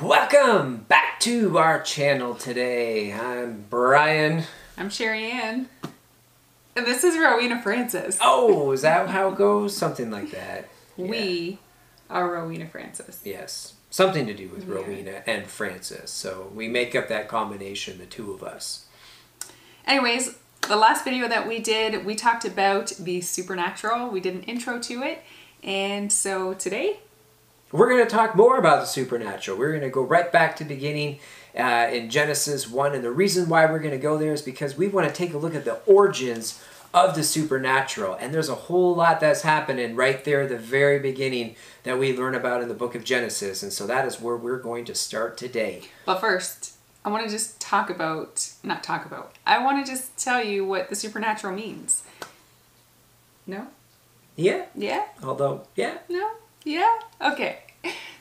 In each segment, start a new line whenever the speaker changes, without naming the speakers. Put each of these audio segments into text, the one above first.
Welcome back to our channel today. I'm Brian.
I'm Sherry Ann. And this is Rowena Francis.
Oh, is that how it goes? Something like that.
We are Rowena Francis.
Yes. Something to do with Rowena and Francis. So we make up that combination, the two of us.
Anyways, the last video that we did, we talked about the supernatural. We did an intro to it. And so today,
We're going to talk more about the supernatural. We're going to go right back to the beginning uh, in Genesis 1. And the reason why we're going to go there is because we want to take a look at the origins of the supernatural. And there's a whole lot that's happening right there at the very beginning that we learn about in the book of Genesis. And so that is where we're going to start today.
but first, I want to just talk about, not talk about, I want to just tell you what the supernatural means. No?
Yeah.
Yeah?
Although, yeah.
No? Yeah? Okay.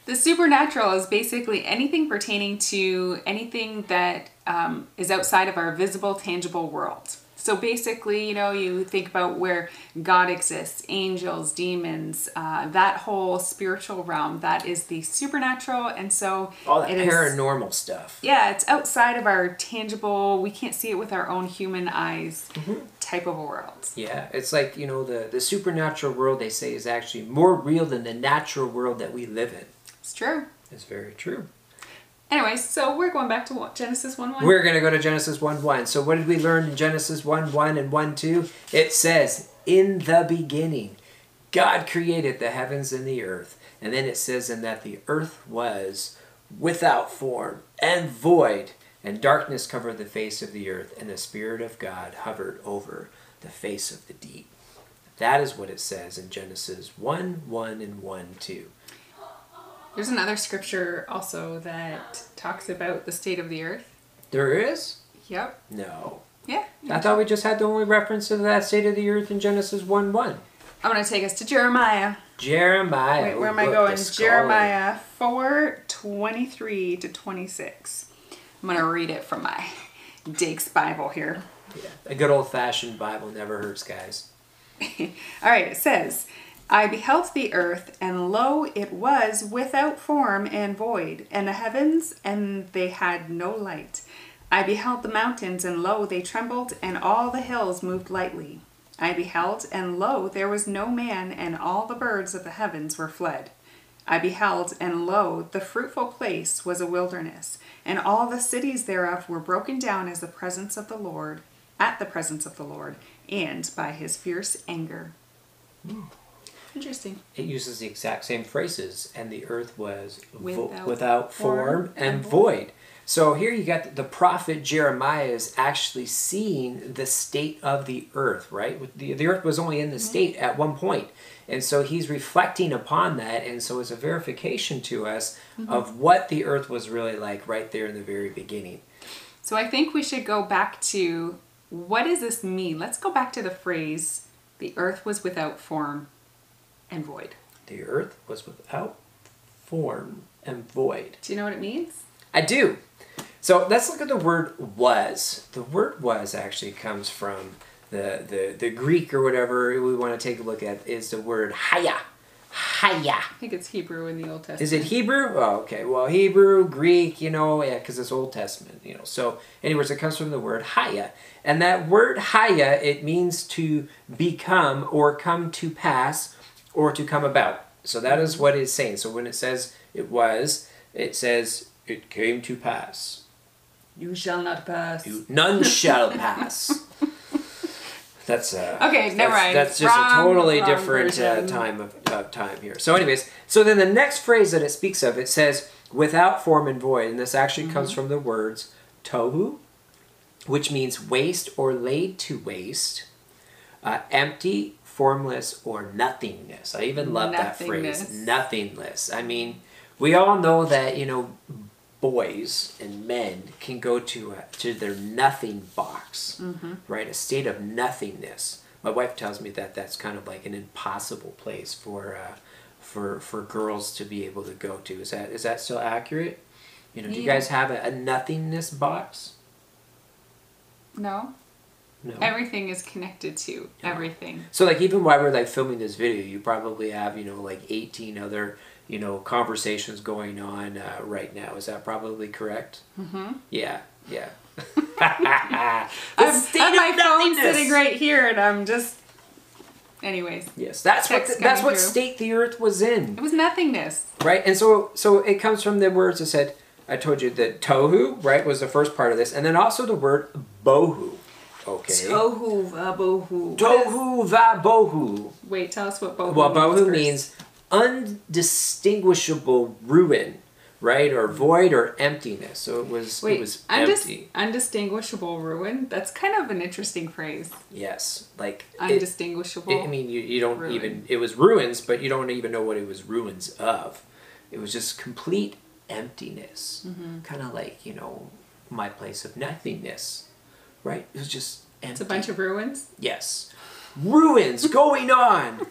The supernatural is basically anything pertaining to anything that um, is outside of our visible, tangible world. So basically, you know, you think about where God exists, angels, demons, uh, that whole spiritual realm, that is the supernatural. And so
All that
it is-
paranormal stuff.
yeah, it's outside of our tangible, we can't see it with our own human eyes
Mm-hmm.
type of a world.
Yeah, it's like, you know, the, the supernatural world they say is actually more real than the natural world that we live in.
It's true.
It's very true.
Anyways, so we're going back to what, Genesis 1 1.
We're going to go to Genesis 1 1. So, what did we learn in Genesis 1 1 and 1 2? It says, In the beginning, God created the heavens and the earth. And then it says, And that the earth was without form and void, and darkness covered the face of the earth, and the Spirit of God hovered over the face of the deep. That is what it says in Genesis 1 1 and 1 2.
There's another scripture also that talks about the state of the earth.
There is?
Yep.
No.
Yeah.
I thought we just had the only reference to that state of the earth in Genesis 1 1.
I'm going to take us to Jeremiah.
Jeremiah.
Wait, where
Ooh,
am I
look,
going?
the scholar.
Jeremiah 4 23 to 26. I'm going to read it from my Dake's Bible here.
Yeah, a good old fashioned Bible never hurts, guys.
All right, it says, I beheld the earth, and lo, it was without form and void, and the heavens, and they had no light. I beheld the mountains, and lo, they trembled, and all the hills moved lightly. I beheld, and lo, there was no man, and all the birds of the heavens were fled. I beheld, and lo, the fruitful place was a wilderness, and all the cities thereof were broken down as the presence of the Lord, at the presence of the Lord, and by his fierce anger. Interesting.
It uses the exact same phrases, and the earth was vo-
Without
without form
form
and
and
void. So here you got the prophet Jeremiah is actually seeing the state of the earth, right? With The, the earth was only
Mm-hmm.
in the state at one point. And so he's reflecting upon that. And so it's a verification to us
Mm-hmm.
of what the earth was really like right there in the very beginning.
So I think we should go back to what does this mean? Let's go back to the phrase the earth was without form and void.
The earth was without form and void.
Do you know what it means?
I do. So let's look at the word was. The word was actually comes from the, the, the Greek or whatever we want to take a look at is the word haya. Haya.
I think it's Hebrew in the Old Testament.
Is it Hebrew? Oh, okay. Well, Hebrew, Greek, you know, yeah, because it's Old Testament, you know. So, anyways, it comes from the word haya. And that word haya, it means to become or come to pass or to come about. So, that is what it's saying. So, when it says it was, it says it came to pass.
You shall not pass.
You- None shall pass. That's uh,
Okay, never
that's-
mind.
That's just a
Wrong-
totally
wrong
different uh,
version.
time of uh, time here. So, anyways, so then the next phrase that it speaks of it says without form and void, and this actually
Mm-hmm.
comes from the words tohu, which means waste or laid to waste, uh, empty, formless, or nothingness. I even love that phrase,
Nothingness.
nothingness. I mean, we all know that you know boys and men can go to a, to their nothing box, right? A state of nothingness. My wife tells me that that's kind of like an impossible place for uh, for for girls to be able to go to. Is that is that still accurate? You know, do you
Yeah.
guys have a, a nothingness box?
No.
No.
Everything is connected to everything.
So like even while we're like filming this video, you probably have you know like eighteen other you know conversations going on uh, right now. Is that probably correct? Mm-hmm. Yeah, yeah. The
I've,
state
I've
of
my phone
nothingness.
sitting right here, and I'm just. Anyways,
Yes, that's what
Text coming
that's what
through.
state the earth was in,
it was nothingness.
right? And so so it comes from the words that said I told you that tohu right was the first part of this, and then also the word bohu. Okay.
Tohu vabohu.
Tohu va bohu.
Wait, tell us what bohu.
Well,
means
bohu
first.
means undistinguishable ruin, right? Or void or emptiness. So it was
Wait,
it was
undis-
empty.
undistinguishable ruin. That's kind of an interesting phrase.
Yes. Like it-
Undistinguishable.
it, I mean you, you don't
ruin.
even it was ruins, but you don't even know what it was ruins of. It was just complete emptiness.
Mm-hmm.
Kind of like, you know, my place of nothingness. Right? It was just empty.
it's a bunch of ruins.
Yes. Ruins going on.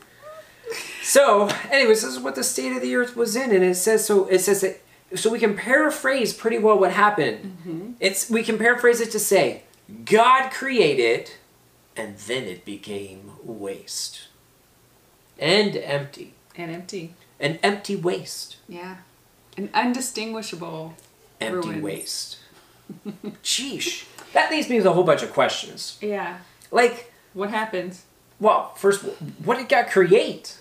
So, anyways, this is what the state of the earth was in, and it says so. It says that so we can paraphrase pretty well what happened. It's we can paraphrase it to say God created, and then it became waste and empty,
and empty.
an empty waste,
Yeah. An undistinguishable.
empty
Ruins.
waste. Sheesh. That leaves me with a whole bunch of questions.
Yeah.
Like,
What happened?
well, first, what did God create?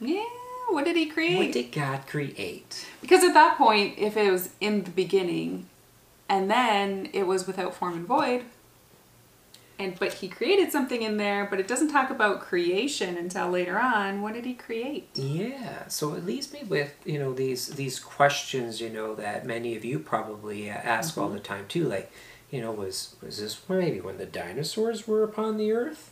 Yeah. What did he create?
What did God create?
because at that point, if it was in the beginning, and then it was without form and void, and but he created something in there, but it doesn't talk about creation until later on. What did he create?
Yeah, so it leaves me with you know these these questions you know that many of you probably uh, ask
Mm-hmm.
all the time too, like you know was was this maybe when the dinosaurs were upon the earth?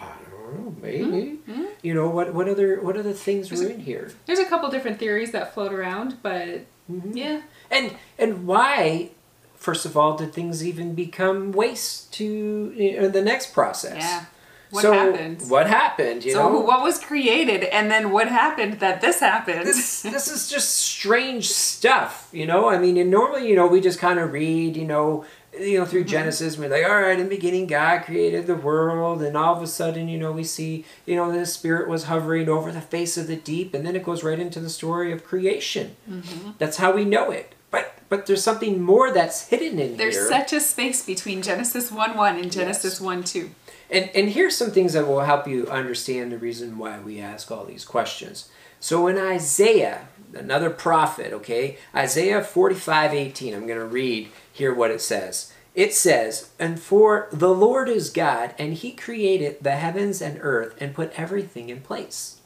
I don't know, maybe. You know what what other what other things were in here?
Hmm. There's a couple different theories that float around, but
Mm-hmm.
yeah,
and and why first of all did things even become waste to you know, the next process
Yeah. What
so
happened?
what happened you
So
know
what was created, and then what happened that this happened?
this this is just strange stuff, you know. I mean, and normally, you know, we just kind of read, you know, you know, through Genesis, and we're like, all right, in the beginning, God created the world, and all of a sudden, you know, we see, you know, the Spirit was hovering over the face of the deep, and then it goes right into the story of creation. That's how we know it. But but there's something more that's hidden in
There's
here.
such a space between Genesis 1 1 and Genesis 1 2.
And and here's some things that will help you understand the reason why we ask all these questions. So in Isaiah, another prophet, okay, Isaiah 45, 18, I'm gonna read here what it says. It says, And for the Lord is God, and he created the heavens and earth and put everything in place.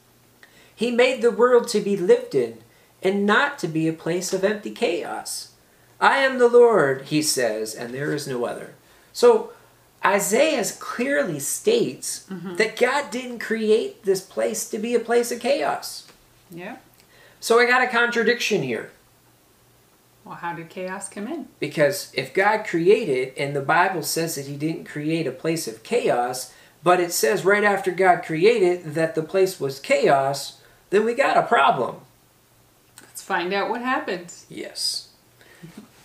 He made the world to be lived in and not to be a place of empty chaos. I am the Lord, he says, and there is no other. So Isaiah clearly states that God didn't create this place to be a place of chaos.
Yeah.
So I got a contradiction here
Well, how did chaos come in?
because if God created and the Bible says that he didn't create a place of chaos, but it says right after God created that the place was chaos, then we got a problem.
Let's find out what happened.
Yes.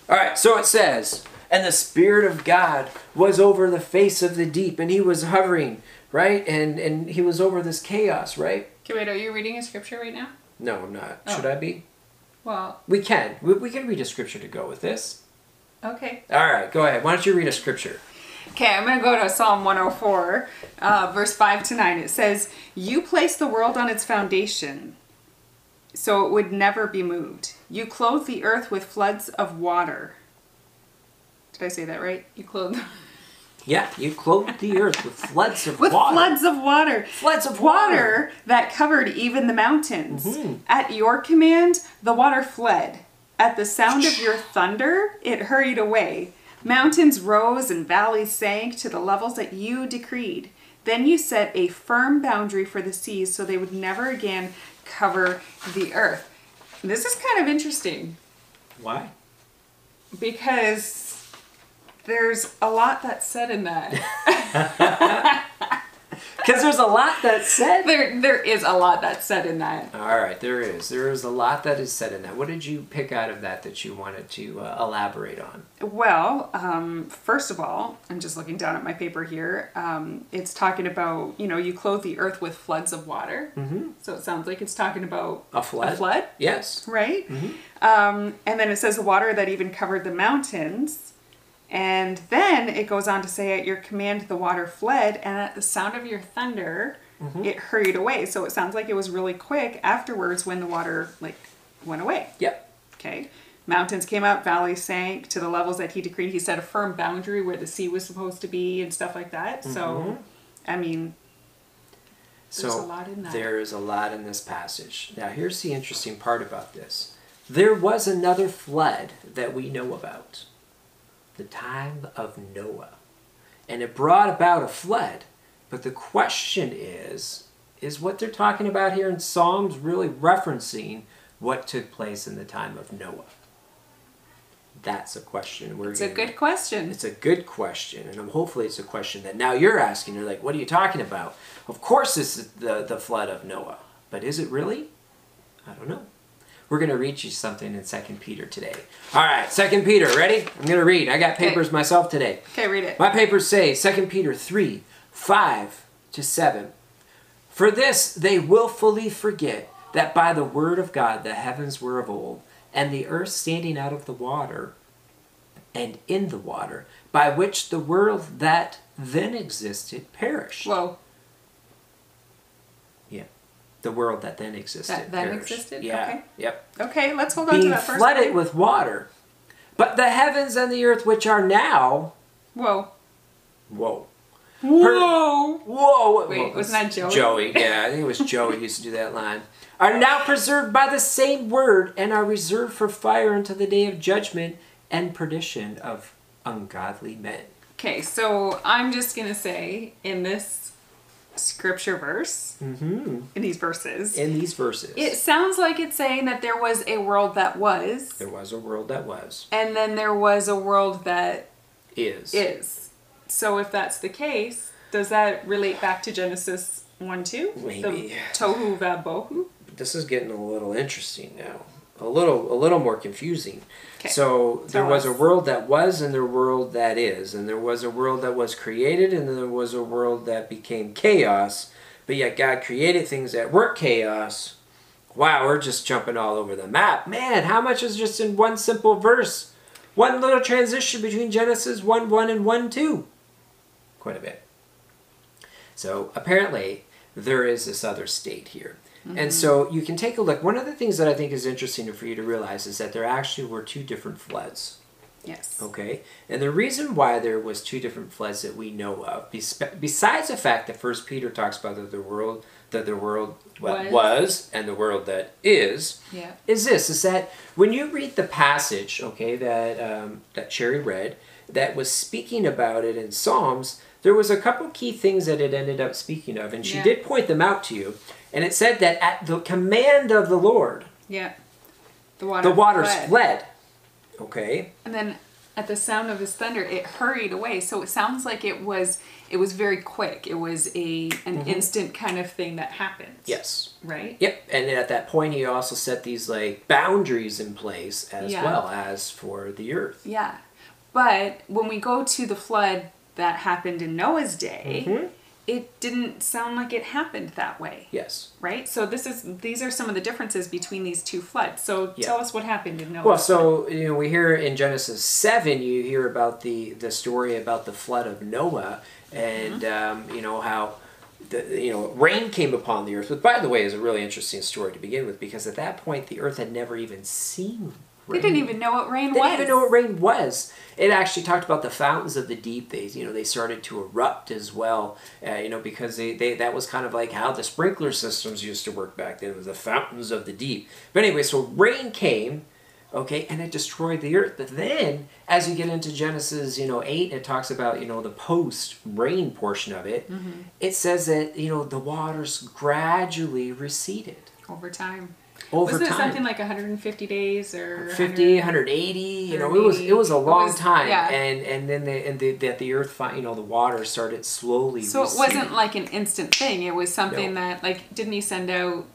All right, so it says, and the Spirit of God was over the face of the deep, and he was hovering, right? And and he was over this chaos, right?
Okay, wait, are you reading a scripture right now?
No, I'm not.
Oh.
Should I be?
Well,
We can. We, we can read a scripture to go with this.
okay.
All right, go ahead. Why don't you read a scripture?
Okay, I'm going to go to Psalm 104, uh, verse 5 to 9. It says, You placed the world on its foundation, so it would never be moved. You clothed the earth with floods of water. Did I say that right? You clothed
Yeah, you clothed the earth with floods of
with
water.
floods of water.
Floods of
water that covered even the mountains.
Mm-hmm.
At your command, the water fled. At the sound of your thunder, it hurried away. Mountains rose and valleys sank to the levels that you decreed. Then you set a firm boundary for the seas so they would never again cover the earth. This is kind of interesting
Why?
because there's a lot that's said in that.
Because there's a lot that's said.
There, there is a lot that's said in that.
All right, there is. There is a lot that is said in that. What did you pick out of that that you wanted to uh, elaborate on?
Well, um, first of all, I'm just looking down at my paper here. Um, it's talking about you know you clothe the earth with floods of water. Mm-hmm. So it sounds like it's talking about
A flood?
A flood,
Yes.
right? Um, and then it says the water that even covered the mountains. And then it goes on to say, at your command, the water fled, and at the sound of your thunder, it hurried away. So it sounds like it was really quick afterwards when the water like went away.
Yep.
Okay. Mountains came up, valleys sank to the levels that he decreed. He set a firm boundary where the sea was supposed to be and stuff like that.
Mm-hmm.
So, I mean,
So
There's a lot in that.
there is a lot in this passage. Now, here's the interesting part about this. There was another flood that we know about, the time of Noah. And it brought about a flood. But the question is is what they're talking about here in Psalms really referencing what took place in the time of Noah? That's a question we're
it's a
gonna-
good question.
it's a good question, and um, hopefully it's a question that now you're asking. You're like, what are you talking about? Of course, it's the the flood of Noah, but is it really? I don't know. We're gonna read you something in Second Peter today. All right, Second Peter, ready? I'm gonna read. I got papers myself today.
Okay, read it.
My papers say 2 Peter 3 5 to 7. For this they willfully forget that by the word of God the heavens were of old, and the earth standing out of the water and in the water, by which the world that then existed perished.
Whoa.
yeah. The world that then existed.
That then
perished.
existed?
Yeah.
Okay.
Yep.
Okay, let's hold on to
Being
that first.
flooded
one.
with water. But the heavens and the earth which are now,
Whoa.
whoa.
Whoa.
Whoa!
Wait,
well,
wasn't that
it's
Joey?
Joey, yeah, I think it was Joey who used to do that line. Are now preserved by the same word and are reserved for fire until the day of judgment and perdition of ungodly men.
Okay, so I'm just gonna say in this scripture verse,
Mm-hmm.
in these verses,
In these verses,
it sounds like it's saying that there was a world that was,
there was a world that was,
and then there was a world that
is.
is. So if that's the case, does that relate back to Genesis one two?
Maybe.
The tohu vabohu.
This is getting a little interesting now. A little, a little more confusing.
'Kay.
So there
Tell
was
us.
a world that was, and there world that is, and there was a world that was created, and then there was a world that became chaos. But yet God created things that were chaos. Wow, we're just jumping all over the map, man. How much is just in one simple verse? One little transition between Genesis one one and one two. Quite a bit. So apparently, there is this other state here. And so you can take a look. One of the things that I think is interesting for you to realize is that there actually were two different floods.
Yes.
Okay, and the reason why there was two different floods that we know of, bespe- besides the fact that First Peter talks about that the world that the world what
Was.
was and the world that is,
Yeah.
is this is that when you read the passage, okay, that um, that Cherry read, that was speaking about it in Psalms, there was a couple key things that it ended up speaking of, and she
Yeah.
did point them out to you, and it said that at the command of the Lord,
Yeah. The water.
the waters
fled.
fled. Okay,
And then at the sound of his thunder, it hurried away. So it sounds like it was it was very quick. It was a an instant kind of thing that happened.
Mm-hmm. yes.
Right?
Yep, and then at that point, he also set these like boundaries in place as
Yeah.
well as for the earth.
Yeah. But when we go to the flood that happened in Noah's day,
Mm-hmm.
it didn't sound like it happened that way.
Yes.
Right? So this is these are some of the differences between these two floods. So
Yeah.
tell us what happened in Noah.
Well, so you know, we hear in Genesis seven, you hear about the the story about the flood of Noah, and
Mm-hmm.
um, you know how. The, you know, rain came upon the earth, which, by the way, is a really interesting story to begin with because at that point the earth had never even seen
they
rain.
didn't even know what rain
They
was.
didn't even know what rain was. It actually talked about the fountains of the deep. They, you know, they started to erupt as well. Uh, you know, because they, they that was kind of like how the sprinkler systems used to work back then. It was the fountains of the deep. But anyway, so rain came, okay, and it destroyed the earth. But then, as you get into Genesis, you know, eight, it talks about you know the post rain portion of it.
Mm-hmm.
It says that you know the waters gradually receded
over time.
over
Wasn't it
time.
something like 150 days or
50
100
180 you know it was it was a
180.
long
It was-
time
yeah.
and and then they and the, that the earth fi- you know the water started slowly
So it
receding.
wasn't like an instant thing. It was something
No.
that like didn't he send out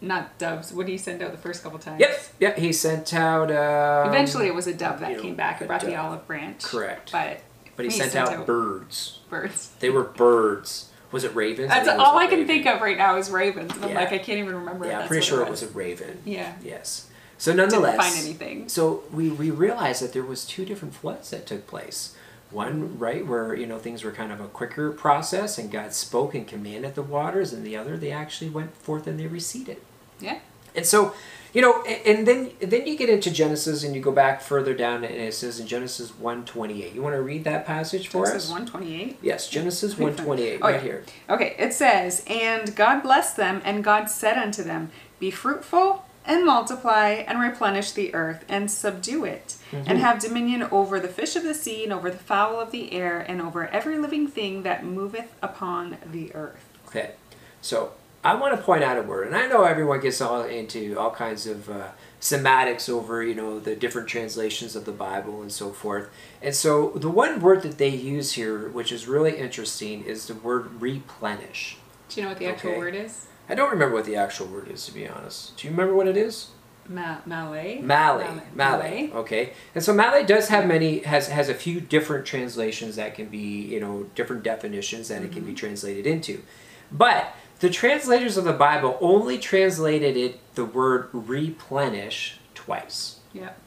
not doves? What did he send out the first couple times?
yep yep he sent out um,
Eventually, it was a dove that
you know,
came back and
a
brought the
dove.
olive branch.
Correct.
But
but he
we
sent, out, birds
birds.
they were birds was it ravens
That's all I can think of right now is ravens. And I'm
Yeah.
like I can't even remember. if
yeah i'm
that's
pretty
what
sure it was a raven
Yeah.
yes so
Didn't
nonetheless
find anything.
So we, we realized that there was two different floods that took place. One right where you know things were kind of a quicker process and God spoke and commanded the waters, and the other they actually went forth and they receded.
Yeah.
And so, you know, a- and then then you get into Genesis and you go back further down and it says in Genesis one twenty eight. You want to read that passage for
This
us?
is 128.
yes, Genesis one twenty eight,
Oh,
right
yeah.
here.
Okay, it says, And God blessed them, and God said unto them, Be fruitful, and multiply, and replenish the earth, and subdue it,
Mm-hmm.
and have dominion over the fish of the sea, and over the fowl of the air, and over every living thing that moveth upon the earth.
Okay, so I want to point out a word, and I know everyone gets all into all kinds of uh, semantics over you know the different translations of the Bible and so forth. And so the one word that they use here, which is really interesting, is the word replenish.
Do you know what the actual
Okay.
word is?
I don't remember what the actual word is, to be honest. Do you remember what it is?
Ma- Malay?
Malay. Malay. Okay. And so Malay does have many has has a few different translations that can be, you know, different definitions that it can be translated into. But the translators of the Bible only translated it the word replenish twice.
Yep.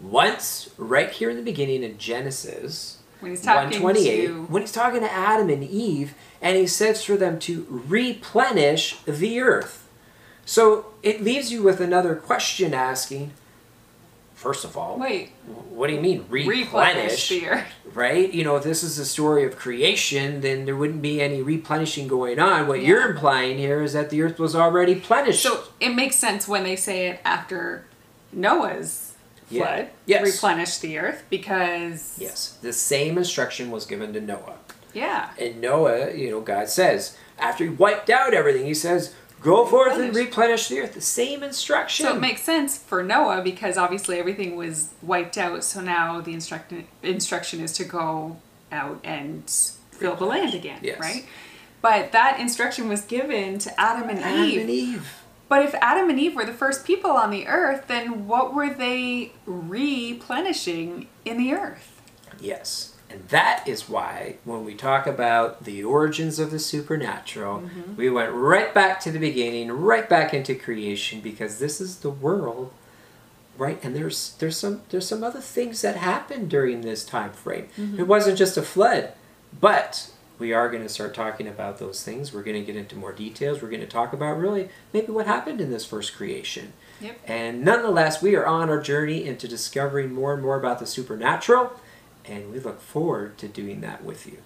Once right here in the beginning in Genesis
When he's talking
128
to.
when he's talking to Adam and Eve and he says for them to replenish the earth. So it leaves you with another question asking first of all
Wait,
what do you mean
replenish
replenish?
the earth.
right? You know, if this is the story of creation, then there wouldn't be any replenishing going on. What you're implying here is that the earth was already plenished.
So it makes sense when they say it after Noah's
Yeah.
flood,
Yes.
replenish the earth because
yes, the same instruction was given to Noah.
yeah,
And Noah, you know, God says, after he wiped out everything, he says, go forth and
Replenish.
replenish the earth. The same instruction.
so it makes sense for Noah because obviously everything was wiped out. So now the instruction instruction is to go out and fill the land again,
Yes.
right? But that instruction was given to Adam and,
Adam
Eve.
and Eve.
But if Adam and Eve were the first people on the earth, then what were they replenishing in the earth?
Yes. And that is why when we talk about the origins of the supernatural,
Mm-hmm.
we went right back to the beginning, right back into creation because this is the world right and there's there's some there's some other things that happened during this time frame. It wasn't just a flood, but we are going to start talking about those things. We're going to get into more details. We're going to talk about really maybe what happened in this first creation.
Yep.
And nonetheless, we are on our journey into discovering more and more about the supernatural, and we look forward to doing that with you.